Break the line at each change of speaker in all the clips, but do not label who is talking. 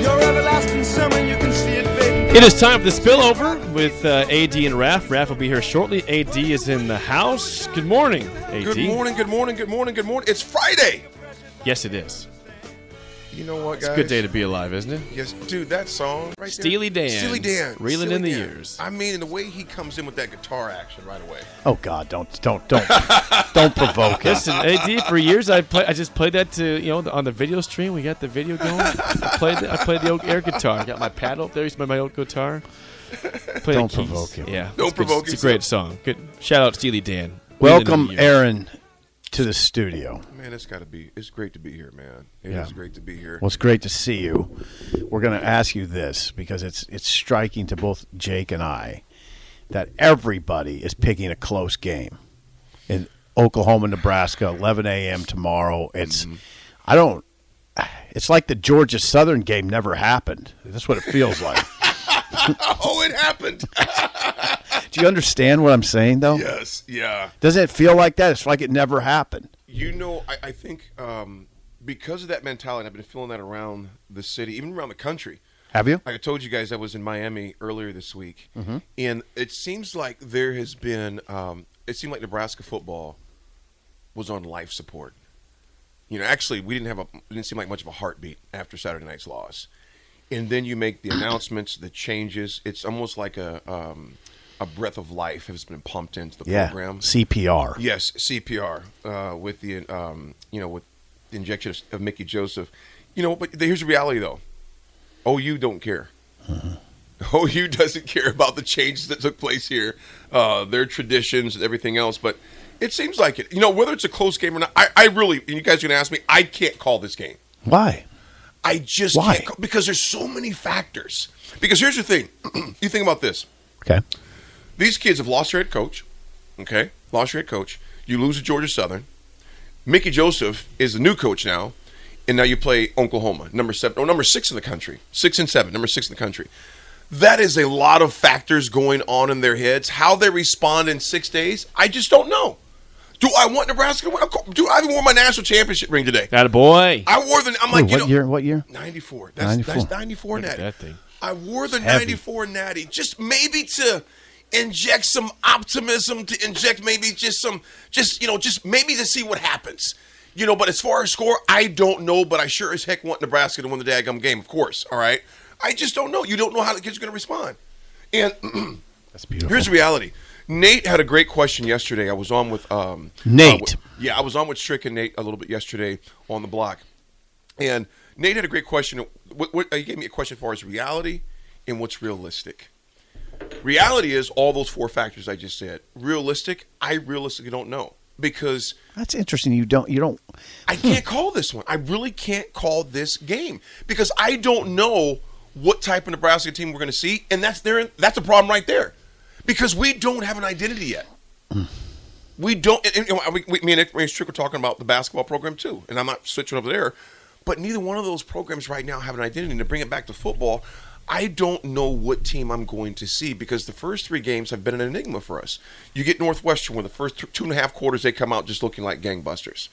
Your everlasting summer, you can see it fading.
It is time for the spillover with uh, AD and Raph. Raph will be here shortly. AD is in the house. Good morning, AD.
Good morning, good morning, good morning, good morning. It's Friday.
Yes, it is.
You know what, guys?
It's a good day to be alive, isn't it?
Yes, dude, that song right
Steely
there.
Dan.
Steely Dan.
Reeling
Steely
in the
Dan.
years.
I mean, and the way he comes in with that guitar action right away.
Oh God, don't don't don't don't provoke us.
Listen, AD. Uh, For years, I play, I just played that to you know on the video stream. We got the video going. I played the, I played the old air guitar. I got my paddle up there. Used my my old guitar. Play
Don't
the keys.
provoke him.
Yeah,
Don't
it's good.
provoke
It's a
yourself.
great song. Good shout out, Steely Dan. Reeling in the
Welcome,
years.
Aaron, to the studio.
Man, it's got to be. It's great to be here, man. It is
Yeah.
great to be here.
Well, it's great to see you. We're going to ask you this because it's it's striking to both Jake and I that everybody is picking a close game in Oklahoma, Nebraska, 11 a.m. tomorrow. It's
Mm-hmm.
I don't. It's like the Georgia Southern game never happened. That's what it feels like.
oh, it happened.
Do you understand what I'm saying, though?
yes, yeah.
Doesn't it feel like that? It's like it never happened.
You know, I, I think um, because of that mentality, I've been feeling that around the city, even around the country.
Have you?
Like I told you guys, I was in Miami earlier this week, and it seems like there has been. Um, it seemed like Nebraska football was on life support. You know, actually, we didn't have a it didn't seem like much of a heartbeat after Saturday night's loss, and then you make the announcements, the changes. It's almost like a um, a breath of life has been pumped into the
Yeah.
program.
CPR.
Yes, CPR uh, with the um, you know with the injection of, of Mickey Joseph. You know, but here's the reality though. OU don't care. OU doesn't care about the changes that took place here, uh, their traditions and everything else. But it seems like it. You know, whether it's a close game or not, I, I really and you guys are gonna ask me. I can't call this game.
Why?
I just
Why?
can't call, because there's so many factors. Because here's the thing. you think about this.
Okay.
These kids have lost their head coach. Okay, lost your head coach. You lose to Georgia Southern. Mickey Joseph is the new coach now, and now you play Oklahoma, number seven or number six in the country, six and seven, number six in the country. That is a lot of factors going on in their heads. How they respond in six days, I just don't know. Do I want Nebraska to win? Of course- Dude, I even wore my national championship ring today.
That a boy.
I wore the. I'm like,
Wait,
you
what
know,
year? What year?
94. That's 94,
94.
that's 94
Look at
natty.
that thing.
I wore the
heavy.
94 natty just maybe to inject some optimism, to inject maybe just some, just, you know, just maybe to see what happens. You know, but as far as score, I don't know, but I sure as heck want Nebraska to win the daggum game, of course. All right. I just don't know. You don't know how the kids are going to respond. And
That's beautiful.
here's the reality. Nate had a great question yesterday. I was on with um,
Nate.
uh, with- yeah, I was on with Strick and Nate a little bit yesterday on the block, and Nate had a great question. What, what, he gave me a question as far as reality and what's realistic. Reality is all those four factors I just said. Realistic, I realistically don't know because
That's interesting. You don't. You don't.
I can't call this one. I really can't call this game because I don't know what type of Nebraska team we're going to see, and that's there. That's a problem right there because we don't have an identity yet. We don't. And, and, and we, we, me and Nick Strick were talking about the basketball program too, and I'm not switching over there. But neither one of those programs right now have an identity. And to bring it back to football, I don't know what team I'm going to see because the first three games have been an enigma for us. You get Northwestern, where the first th- two and a half quarters they come out just looking like gangbusters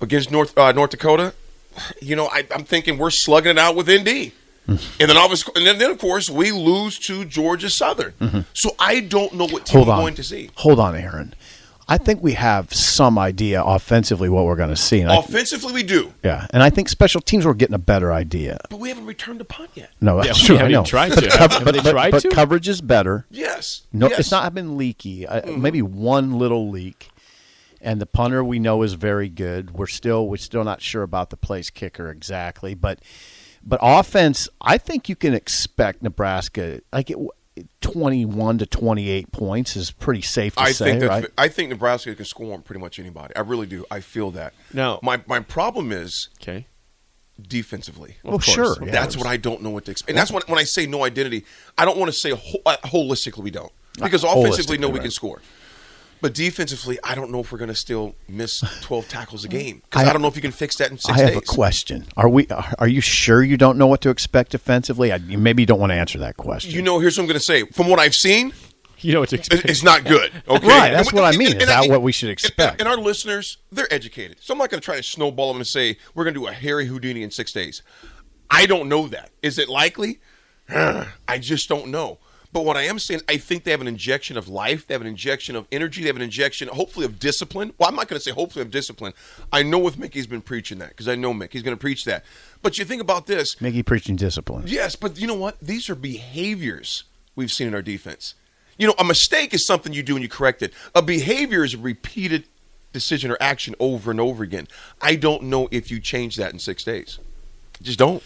against North uh, North Dakota, you know, I, I'm thinking we're slugging it out with ND, and
Mm-hmm.
then all of us, and then, then of course we lose to Georgia Southern. So I don't know what team
Mm-hmm. Hold
we're
on.
going to see.
Hold on, Aaron. I think we have some idea offensively what we're going to see. And I,
Offensively, we do,
yeah, and I think special teams we're getting a better idea.
but we haven't returned a punt yet.
No,
Yeah,
that's
we
true. I
haven't
know.
tried
but
to.
cov-
Haven't
but,
they
but-
tried
but
to?
coverage is better.
Yes.
No,
Yes. Mm-hmm.
it's not been leaky. I, Maybe one little leak, and the punter we know is very good. We're still we're still not sure about the place kicker exactly, but But offense, I think you can expect Nebraska like it, twenty-one to twenty-eight points is pretty safe to
I
say,
think
right?
I think Nebraska can score on pretty much anybody. I really do. I feel that.
No.
my my problem is
Okay.
defensively.
Well, sure. yeah.
that's what I don't know what to expect. And that's when, when I say no identity, I don't want to say ho- uh, holistically we don't. Because
Uh,
offensively, no,
holistically,
we
right.
can score. But defensively, I don't know if we're going to still miss 12 tackles a game. Because I,
Mm. I-
don't know if you can fix that in six
I have
days.
a question. Are we? Are you sure you don't know what to expect defensively? I, you maybe you don't want to answer that question.
You know, here's what I'm going to say. From what I've seen,
You know what to
it-
expect.
it's not good. Okay,
Right, that's
And we-
what I
and-
mean.
and
Is that
think-
what we should
and-
expect?
And, our listeners, they're educated, so I'm not going to try to snowball them and say we're going to do a Harry Houdini in six days. I don't know that. Is it likely? I just don't know. But what I am saying, I think they have an injection of life. They have an injection of energy. They have an injection, hopefully, of discipline. Well, I'm not going to say hopefully of discipline. I know with Mickey's been preaching that because I know Mick. He's going to preach that. But you think about this.
Mickey preaching discipline.
Yes, but you know what? These are behaviors we've seen in our defense. You know, a mistake is something you do and you correct it. A behavior is a repeated decision or action over and over again. I don't know if you change that in six days. Just don't.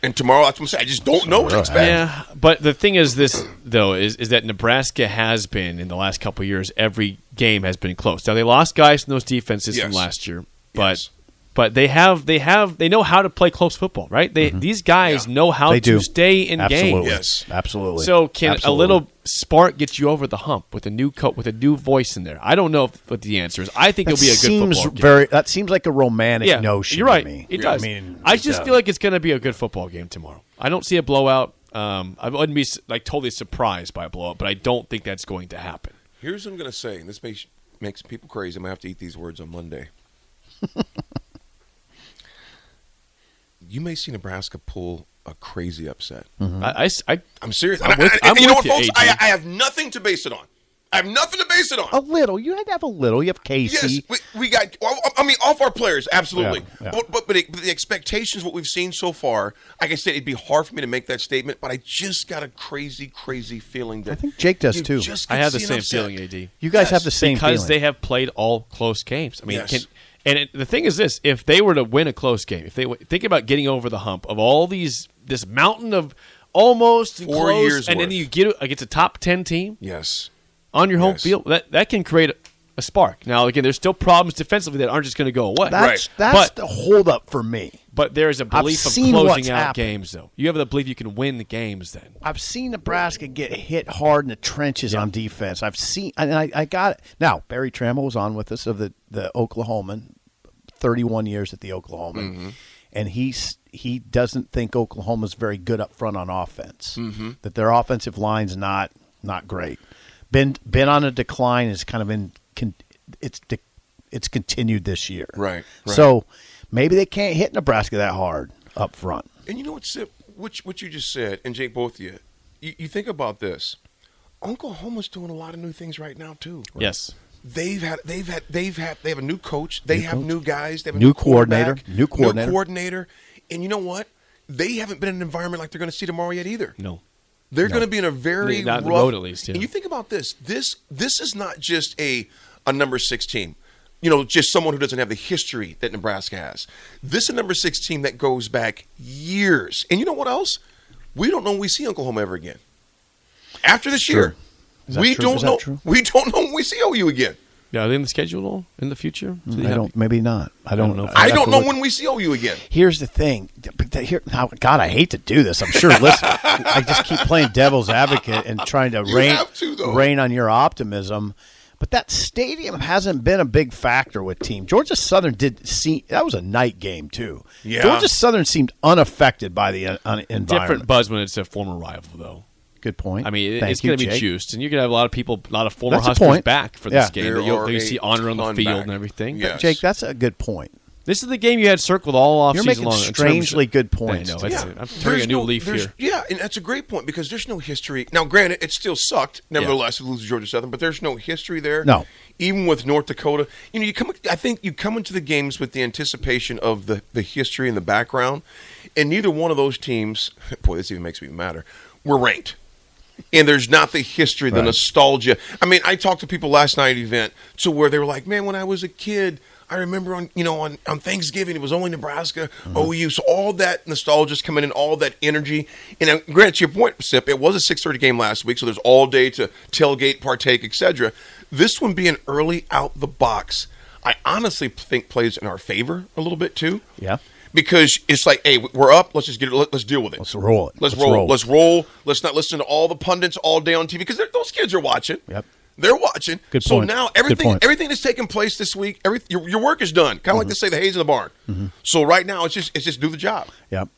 And tomorrow, that's what I'm saying. I just don't know what to expect.
Yeah, but the thing is, this though is is that Nebraska has been in the last couple of years. Every game has been close. Now they lost guys from those defenses from
Yes.
last year, but
Yes.
but they have they have they know how to play close football, right? They these guys know how
Mm-hmm. They
to
do
stay in
Absolutely.
Yes.
games.
Absolutely.
So can
Absolutely.
a little spark get you over the hump with a new coat with a new voice in there? I don't know if, what the answer is. I think
That
it'll be a good
seems
football game.
very. That seems like a romantic
yeah,
notion.
You're right.
To me.
It does.
I
I,
mean,
just
yeah.
feel like it's going to be a good football game tomorrow. I don't see a blowout. Um, I wouldn't be like totally surprised by a blowout, but I don't think that's going to happen.
Here's what I'm going to say, and this makes, makes people crazy. I'm going to have to eat these words on Monday. you may see Nebraska pull a crazy upset.
Mm-hmm.
I, I s- I-
I'm serious.
I'm
And I-
with-
and- and
I'm
you know
with
what,
you,
folks? I,
AJ.
I have nothing to base it on. I have nothing to base it on.
a little. You had to have a little. You have Casey.
Yes, we, we got. well, I mean, off our players, absolutely.
Yeah, yeah.
But but, but, it, but the expectations, what we've seen so far, like I said, it'd be hard for me to make that statement. But I just got a crazy, crazy feeling that
I think Jake does
you
too.
just
I
could
have the
see an
same
upset.
feeling, AD.
you guys have the same
because
feeling.
they have played all close games. I mean,
Yes.
can, and it, the thing is this: if they were to win a close game, if they w- think about getting over the hump of all these, this mountain of almost and
Four
close,
years
and then
worth.
you get against a top ten team
Yes.
on your home
Yes.
field, that that can create a, a spark. Now, again, there's still problems defensively that aren't just going to go away.
Right.
that's that's
But-
the holdup for me.
But there is a belief of
seen what's
closing out
happened.
games, though. You have the belief you can win the games. Then
I've seen Nebraska get hit hard in the trenches on defense. I've seen, and I, I got it. Now, Barry Trammell was on with us of the, the Oklahoman, 31 years at the Oklahoman.
Mm-hmm.
And he's, he doesn't think Oklahoma's very good up front on offense, mm-hmm. that their offensive line's not not great. Been, been on a decline, is kind of in, con, it's, de, it's continued this year.
Right, right.
So maybe they can't hit Nebraska that hard up front.
And you know what, Sip? What, what you just said, and Jake, both of you, you, you think about this. Oklahoma's doing a lot of new things right now too.
yes,
They've had, they've had, they've had, they have a new coach. They have new guys. They have a
New
new quarterback,
coordinator. New coordinator.
New coordinator. And you know what? They haven't been in an environment like they're going to see tomorrow yet either.
no,
They're going to be in a very
Not on the
rough-
road, at least, yeah.
And you think about this. This this is not just a a number six team. You know, just someone who doesn't have the history that Nebraska has. This is a number six team that goes back years. And you know what else? We don't know when we see Oklahoma ever again. After this year,
Is that
we
true?
don't
Is that
know.
true?
We don't know when we see OU again.
yeah, are they in the schedule at all in the future? Do they
Mm, I
have-
don't. Maybe not. I don't,
know.
know.
I don't know when we see OU again.
Here's the thing. But the- Here, now, God, I hate to do this. I'm sure. Listen, I just keep playing devil's advocate and trying to
You
rain
have to, though.
rain on your optimism. But that stadium hasn't been a big factor with team. Georgia Southern did see that was a night game too.
Yeah.
Georgia Southern seemed unaffected by the uh, un- environment.
different buzz when it's a former rival, though.
Good point.
I mean, it-
Thank
it's
you,
going to be
Jake.
juiced, and you're going to have a lot of people, a lot of former
That's a
Huskers
point.
back for
Yeah.
this game.
There
That you'll,
are
that you
a
see honor on the
ton
field
back.
and everything.
Yeah.
Jake, that's a good point.
This is the game you had circled all offseason.
You're making
long in terms of-
strangely good points
I know.
today.
That's
Yeah.
it. I'm turning
There's
a new
no-
leaf
there's-
here.
Yeah, and that's a great point because there's no history. Now, granted, it still sucked, nevertheless, to lose to Georgia Southern, but there's no history there.
No.
Even with North Dakota, you know, you come. I think you come into the games with the anticipation of the, the history and the background, and neither one of those teams, boy, this even makes me matter, were ranked. And there's not the history, the nostalgia. I mean, I talked to people last night at the event to where they were like, "Man, when I was a kid, I remember on you know on, on Thanksgiving it was only Nebraska
Mm-hmm.
OU. So all that nostalgia's coming in, all that energy. And uh, Grant, to your point, Sip, it was a six thirty game last week, so there's all day to tailgate, partake, etc. This one being early out the box, I honestly think plays in our favor a little bit too.
Yeah.
Because it's like, hey, we're up. Let's just get it. let- Let's deal with it.
Let's roll it.
Let's,
Let's
roll.
roll.
Let's roll. Let's not listen to all the pundits all day on TV because those kids are watching.
Yep.
They're watching.
Good
so
point.
now
Good
everything
point. Mm-hmm.
everything that's taking place this week, every, your, your work is done. Kind of like they say, the hay's in the barn. So right now, it's just it's just do the job.
Yep.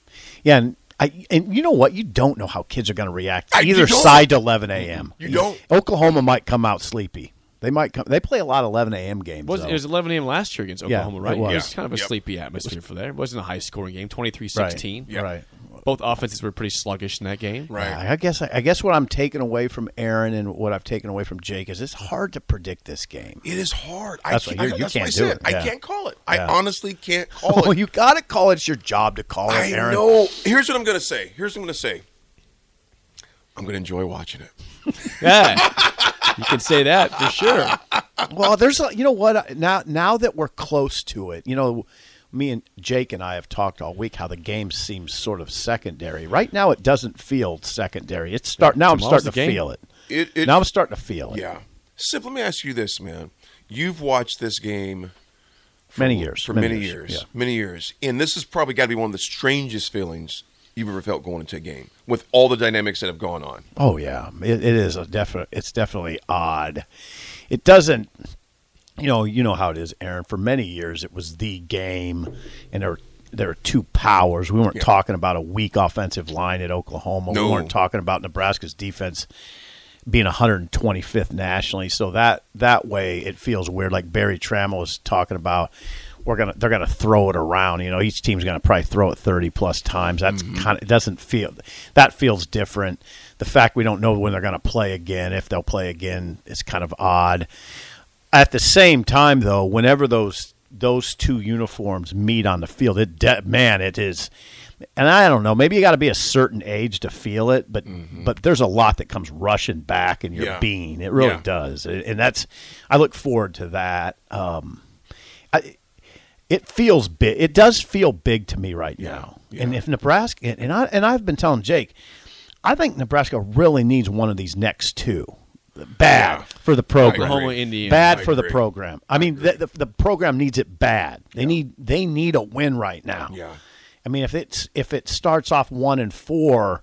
Yeah, and I and you know what? You don't know how kids are going to react
I- you
either
don't.
side to 11 a.m.
You don't.
Oklahoma might come out sleepy. They might come. They play a lot of 11 a.m. games.
Was, it
though.
was 11 a.m. last year against
Yeah,
Oklahoma,
it
right?
was.
It was
Yeah.
kind of a
Yep.
sleepy atmosphere for there. It wasn't a high scoring game, 23
Right.
16.
Yeah. Right.
Both offenses were pretty sluggish in that game.
I guess I guess what I'm taking away from Aaron and what I've taken away from Jake is it's hard to predict this game.
It is hard.
That's
I,
what
I-
you- you
that's
can't
I
do
said.
it.
I
Yeah.
can't call it. I
Yeah.
honestly can't call
Oh,
it.
you got to call it. It's your job to call it,
I
Aaron.
know. Here's what I'm gonna say. Here's what I'm gonna say. I'm gonna enjoy watching it.
Yeah. you can say that for sure.
Well, there's a, you know what now now that we're close to it, you know, me and Jake and I have talked all week how the game seems sort of secondary. Right now, it doesn't feel secondary. It's start now. I'm
tomorrow's
starting to
the game.
feel it.
It- it-
Now I'm starting to feel it.
Yeah. Sip, let me ask you this, man. You've watched this game for,
Many years,
For many,
many
years.
years, yeah.
Many years. And this has probably got to be one of the strangest feelings you've ever felt going into a game with all the dynamics that have gone on.
Oh yeah, it, it is a definite. It's definitely odd. It doesn't. You know, you know how it is, Aaron. For many years, it was the game, and there were, there were two powers. We weren't talking about a weak offensive line at Oklahoma.
No.
We weren't talking about Nebraska's defense being 125th nationally. So that that way, it feels weird. Like Barry Trammell was talking about, we're gonna they're gonna throw it around. You know, each team's gonna probably throw it 30 plus times. That's kind of it doesn't feel that feels different. The fact we don't know when they're gonna play again, if they'll play again, is kind of odd. At the same time, though, whenever those those two uniforms meet on the field, it de- man, it is. And I don't know. Maybe you got to be a certain age to feel it, but but there's a lot that comes rushing back in your
Mm-hmm. Yeah.
being. It really
Yeah.
does, and and that's. I look forward to that. Um, I, it feels big. It does feel big to me right now. And if Nebraska and- and I and I've been telling Jake, I think Nebraska really needs one of these next two, bad
Yeah.
for the program.
Oklahoma, Indiana.
Bad
I
for the
agree.
program. I, mean, the, the, the program needs it bad. They need they need a win right now.
Yeah.
I mean, if it's if it starts off one and four,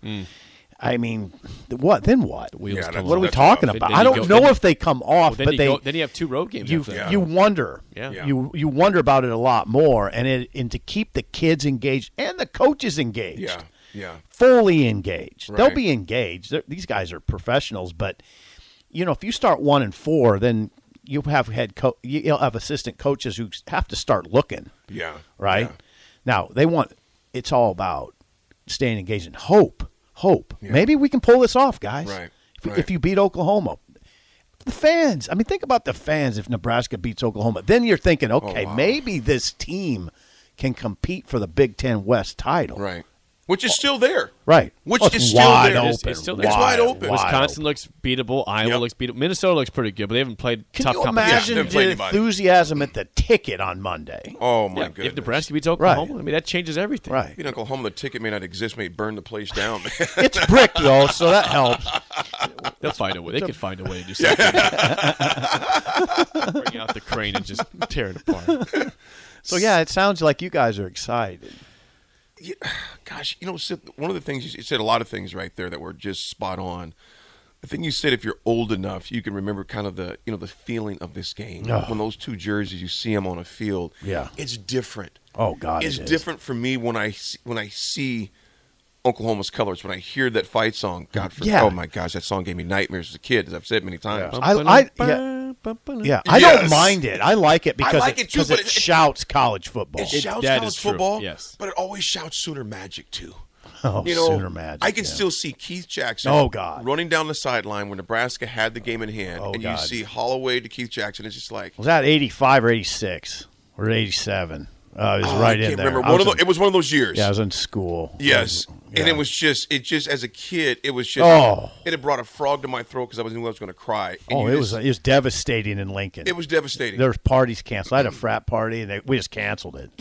I mean, th- what then? What?
wheels
Yeah, come
what are we
That's
talking
rough.
about?
Then
I
you
don't
go-
know
then-
if they come off,
Then,
but
you
they
go, then you have two road games.
you
after that.
you wonder.
Yeah. Yeah.
You you wonder about it a lot more, and it and to keep the kids engaged and the coaches engaged
Yeah. Yeah.
fully engaged. They'll
Right.
be engaged. They're, these guys are professionals, but you know, if you start one and four, then you have head co- you'll have assistant coaches who have to start looking
Yeah.
right now. They want it's all about staying engaged and hope, hope. Maybe we can pull this off, guys.
Right,
If, we-
right.
if you beat Oklahoma. The fans. I mean, think about the fans. If Nebraska beats Oklahoma, then you're thinking, okay,
Oh, wow.
maybe this team can compete for the Big Ten West title.
Right. Which is still there.
Right.
Which
Oh, it's
is still
wide
there.
open.
It's, it's still
It's wide open.
Wisconsin looks beatable. Iowa
Yep.
looks beatable. Minnesota looks pretty good, but they haven't played
Can
tough
you
competition.
imagine
Yeah,
yet.
they've played
the
anybody.
enthusiasm at the ticket on Monday?
Oh, my
Yeah,
goodness.
if Nebraska beats Oklahoma,
Right.
I mean that changes everything.
Right.
You know, Oklahoma, the ticket may not exist, may burn the place down.
It's brick though, so that helps.
They'll find a way. They could find a way to do something. Bring out the crane and just tear it apart.
So yeah, it sounds like you guys are excited.
gosh, you know, Sip, one of the things you s- you said, a lot of things right there that were just spot on. The thing you said, if you're old enough, you can remember kind of the you know the feeling of this game when those two jerseys you see them on a field.
Yeah.
it's different.
Oh, God,
it's
it is.
different for me when I s- when I see Oklahoma's colors when I hear that fight song. God, for,
Yeah.
oh my gosh, that song gave me nightmares as a kid, as I've said many times.
I, I yeah, yeah, I
Yes.
don't mind it. I like it because
like it too,
'cause
but it-
shouts college football.
It shouts
that
college
is true,
football,
yes.
but it always shouts Sooner Magic too.
oh,
You know,
Sooner Magic,
I can
yeah.
still see Keith Jackson.
Oh, God.
running down the sideline when Nebraska had the game in hand,
Oh,
and
God.
you see Holloway to Keith Jackson. It's just like
Was that eighty five or eighty six or eighty seven? Uh, it was
Oh,
right
I can't
in there.
remember.
I
One of
was
tho-
in-
it was one of those years.
yeah, I was in school.
Yes,
I
and
yeah.
it was just it just as a kid it was just
Oh.
it had brought a frog to my throat because I was knew I was going to cry. And
Oh,
you
it was
just-
it was devastating in Lincoln.
it was devastating.
there was parties canceled. I had a frat party, and they, we just canceled it.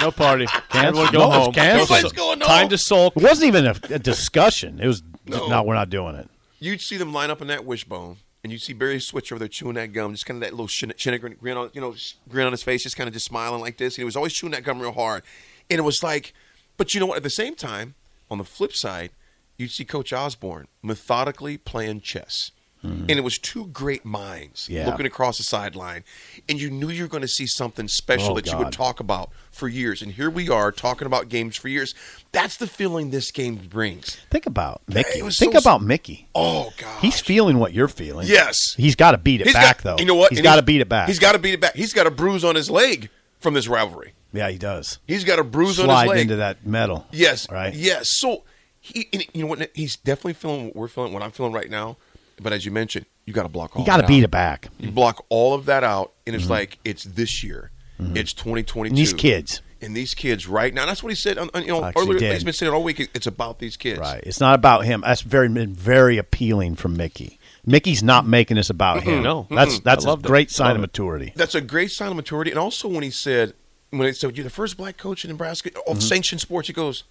No party. Everyone go
No, it's
home.
canceled.
Nobody's going
Time
home.
to sulk.
It wasn't even a, a discussion. It was just,
No.
no, we're not doing it.
you'd see them line up in that wishbone, and you'd see Barry Switch over there chewing that gum, just kind of that little shin, shin grin, grin on, you know, sh- grin on his face, just kind of just smiling like this. And he was always chewing that gum real hard, and it was like, but you know what? At the same time, on the flip side, you'd see Coach Osborne methodically playing chess. And it was two great minds
Hmm. Yeah.
looking across the sideline, and you knew you were going to see something special
Oh,
that you would
God.
talk about for years. And here we are talking about games for years. That's the feeling this game brings.
Think about Mickey.
was
Think
so-
about Mickey.
Oh God,
He's feeling what you're feeling.
Yes.
He's got to beat it
He's
back,
got-
though.
You know what?
He's
And
got to beat it back.
He's got to beat it back. He's got a bruise on his leg from this rivalry.
Yeah, he does.
He's got a bruise on his
Slide
leg.
into that metal.
Yes.
Right?
Yes. So he, and you know what? He's definitely feeling what we're feeling, what I'm feeling right now. But as you mentioned, you got to block all.
You got to
that
beat
out.
it back.
You block all of that out, and it's like it's this year. It's 2022.
Mm-hmm. And these kids.
And these kids right now. That's what he said. On, on, you know,
Actually
earlier
did.
he's been saying it all week. It's about these kids.
Right. It's not about him. That's very been very appealing from Mickey. Mickey's not making this about him.
No.
That's
Mm-mm.
that's
I
a
loved it.
great sign
Love it.
of maturity.
That's a great sign of maturity. And also when he said, when they said, you're the first black coach in Nebraska of
Mm-hmm.
sanctioned sports, he goes,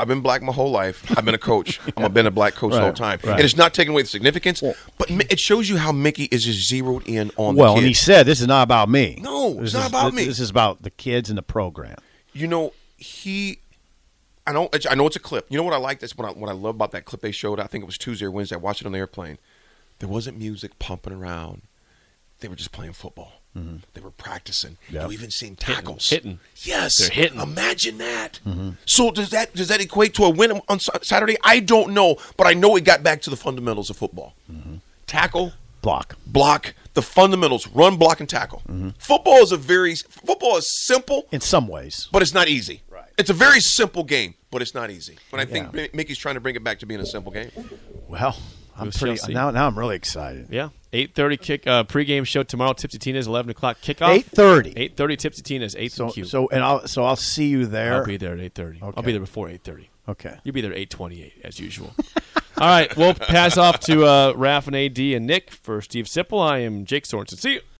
I've been black my whole life. I've been a coach. i have been a black coach the whole
Right,
time.
right.
And it's not taking away the significance, but mi- it shows you how Mickey is just zeroed in on
Well,
the
and he
kids.
said, "This is not about me.
No, it's
This
not
is-
about
thi-
me.
This is about the kids and the program."
You know, he, I know, I know it's a clip. You know what I like? That's what I, what I love about that clip they showed. I think it was Tuesday or Wednesday. I watched it on the airplane. There wasn't music pumping around. They were just playing football.
Mm-hmm.
They were practicing.
Yeah.
You even seen tackles
hitting.
Yes,
They're hitting.
Imagine that. So does that does that equate to a win on S- Saturday? I don't know, but I know it got back to the fundamentals of football: tackle,
Block.
block, the fundamentals, run, block, and tackle. Football is a very football is simple,
In some ways,
but it's not easy.
Right.
It's a very simple game, but it's not easy. But I think
Yeah.
Mi- Mickey's trying to bring it back to being a simple game.
well, I'm
We shall see.
pretty now. Now I'm really excited.
Yeah. 8.30 kick, uh, pregame show tomorrow. Tipsy Tina's 11 o'clock kickoff.
8:30.
8.30 Tipsy Tina's 8
So
and Q.
so and I'll so I'll see you there.
I'll be there at 8.30. I'll
Okay.
be there before 8.30.
Okay.
You'll be there at 8.28 as usual. All right. We'll pass off to uh, Raph and AD and Nick. For Steve Sipple, I am Jake Sorensen. See you.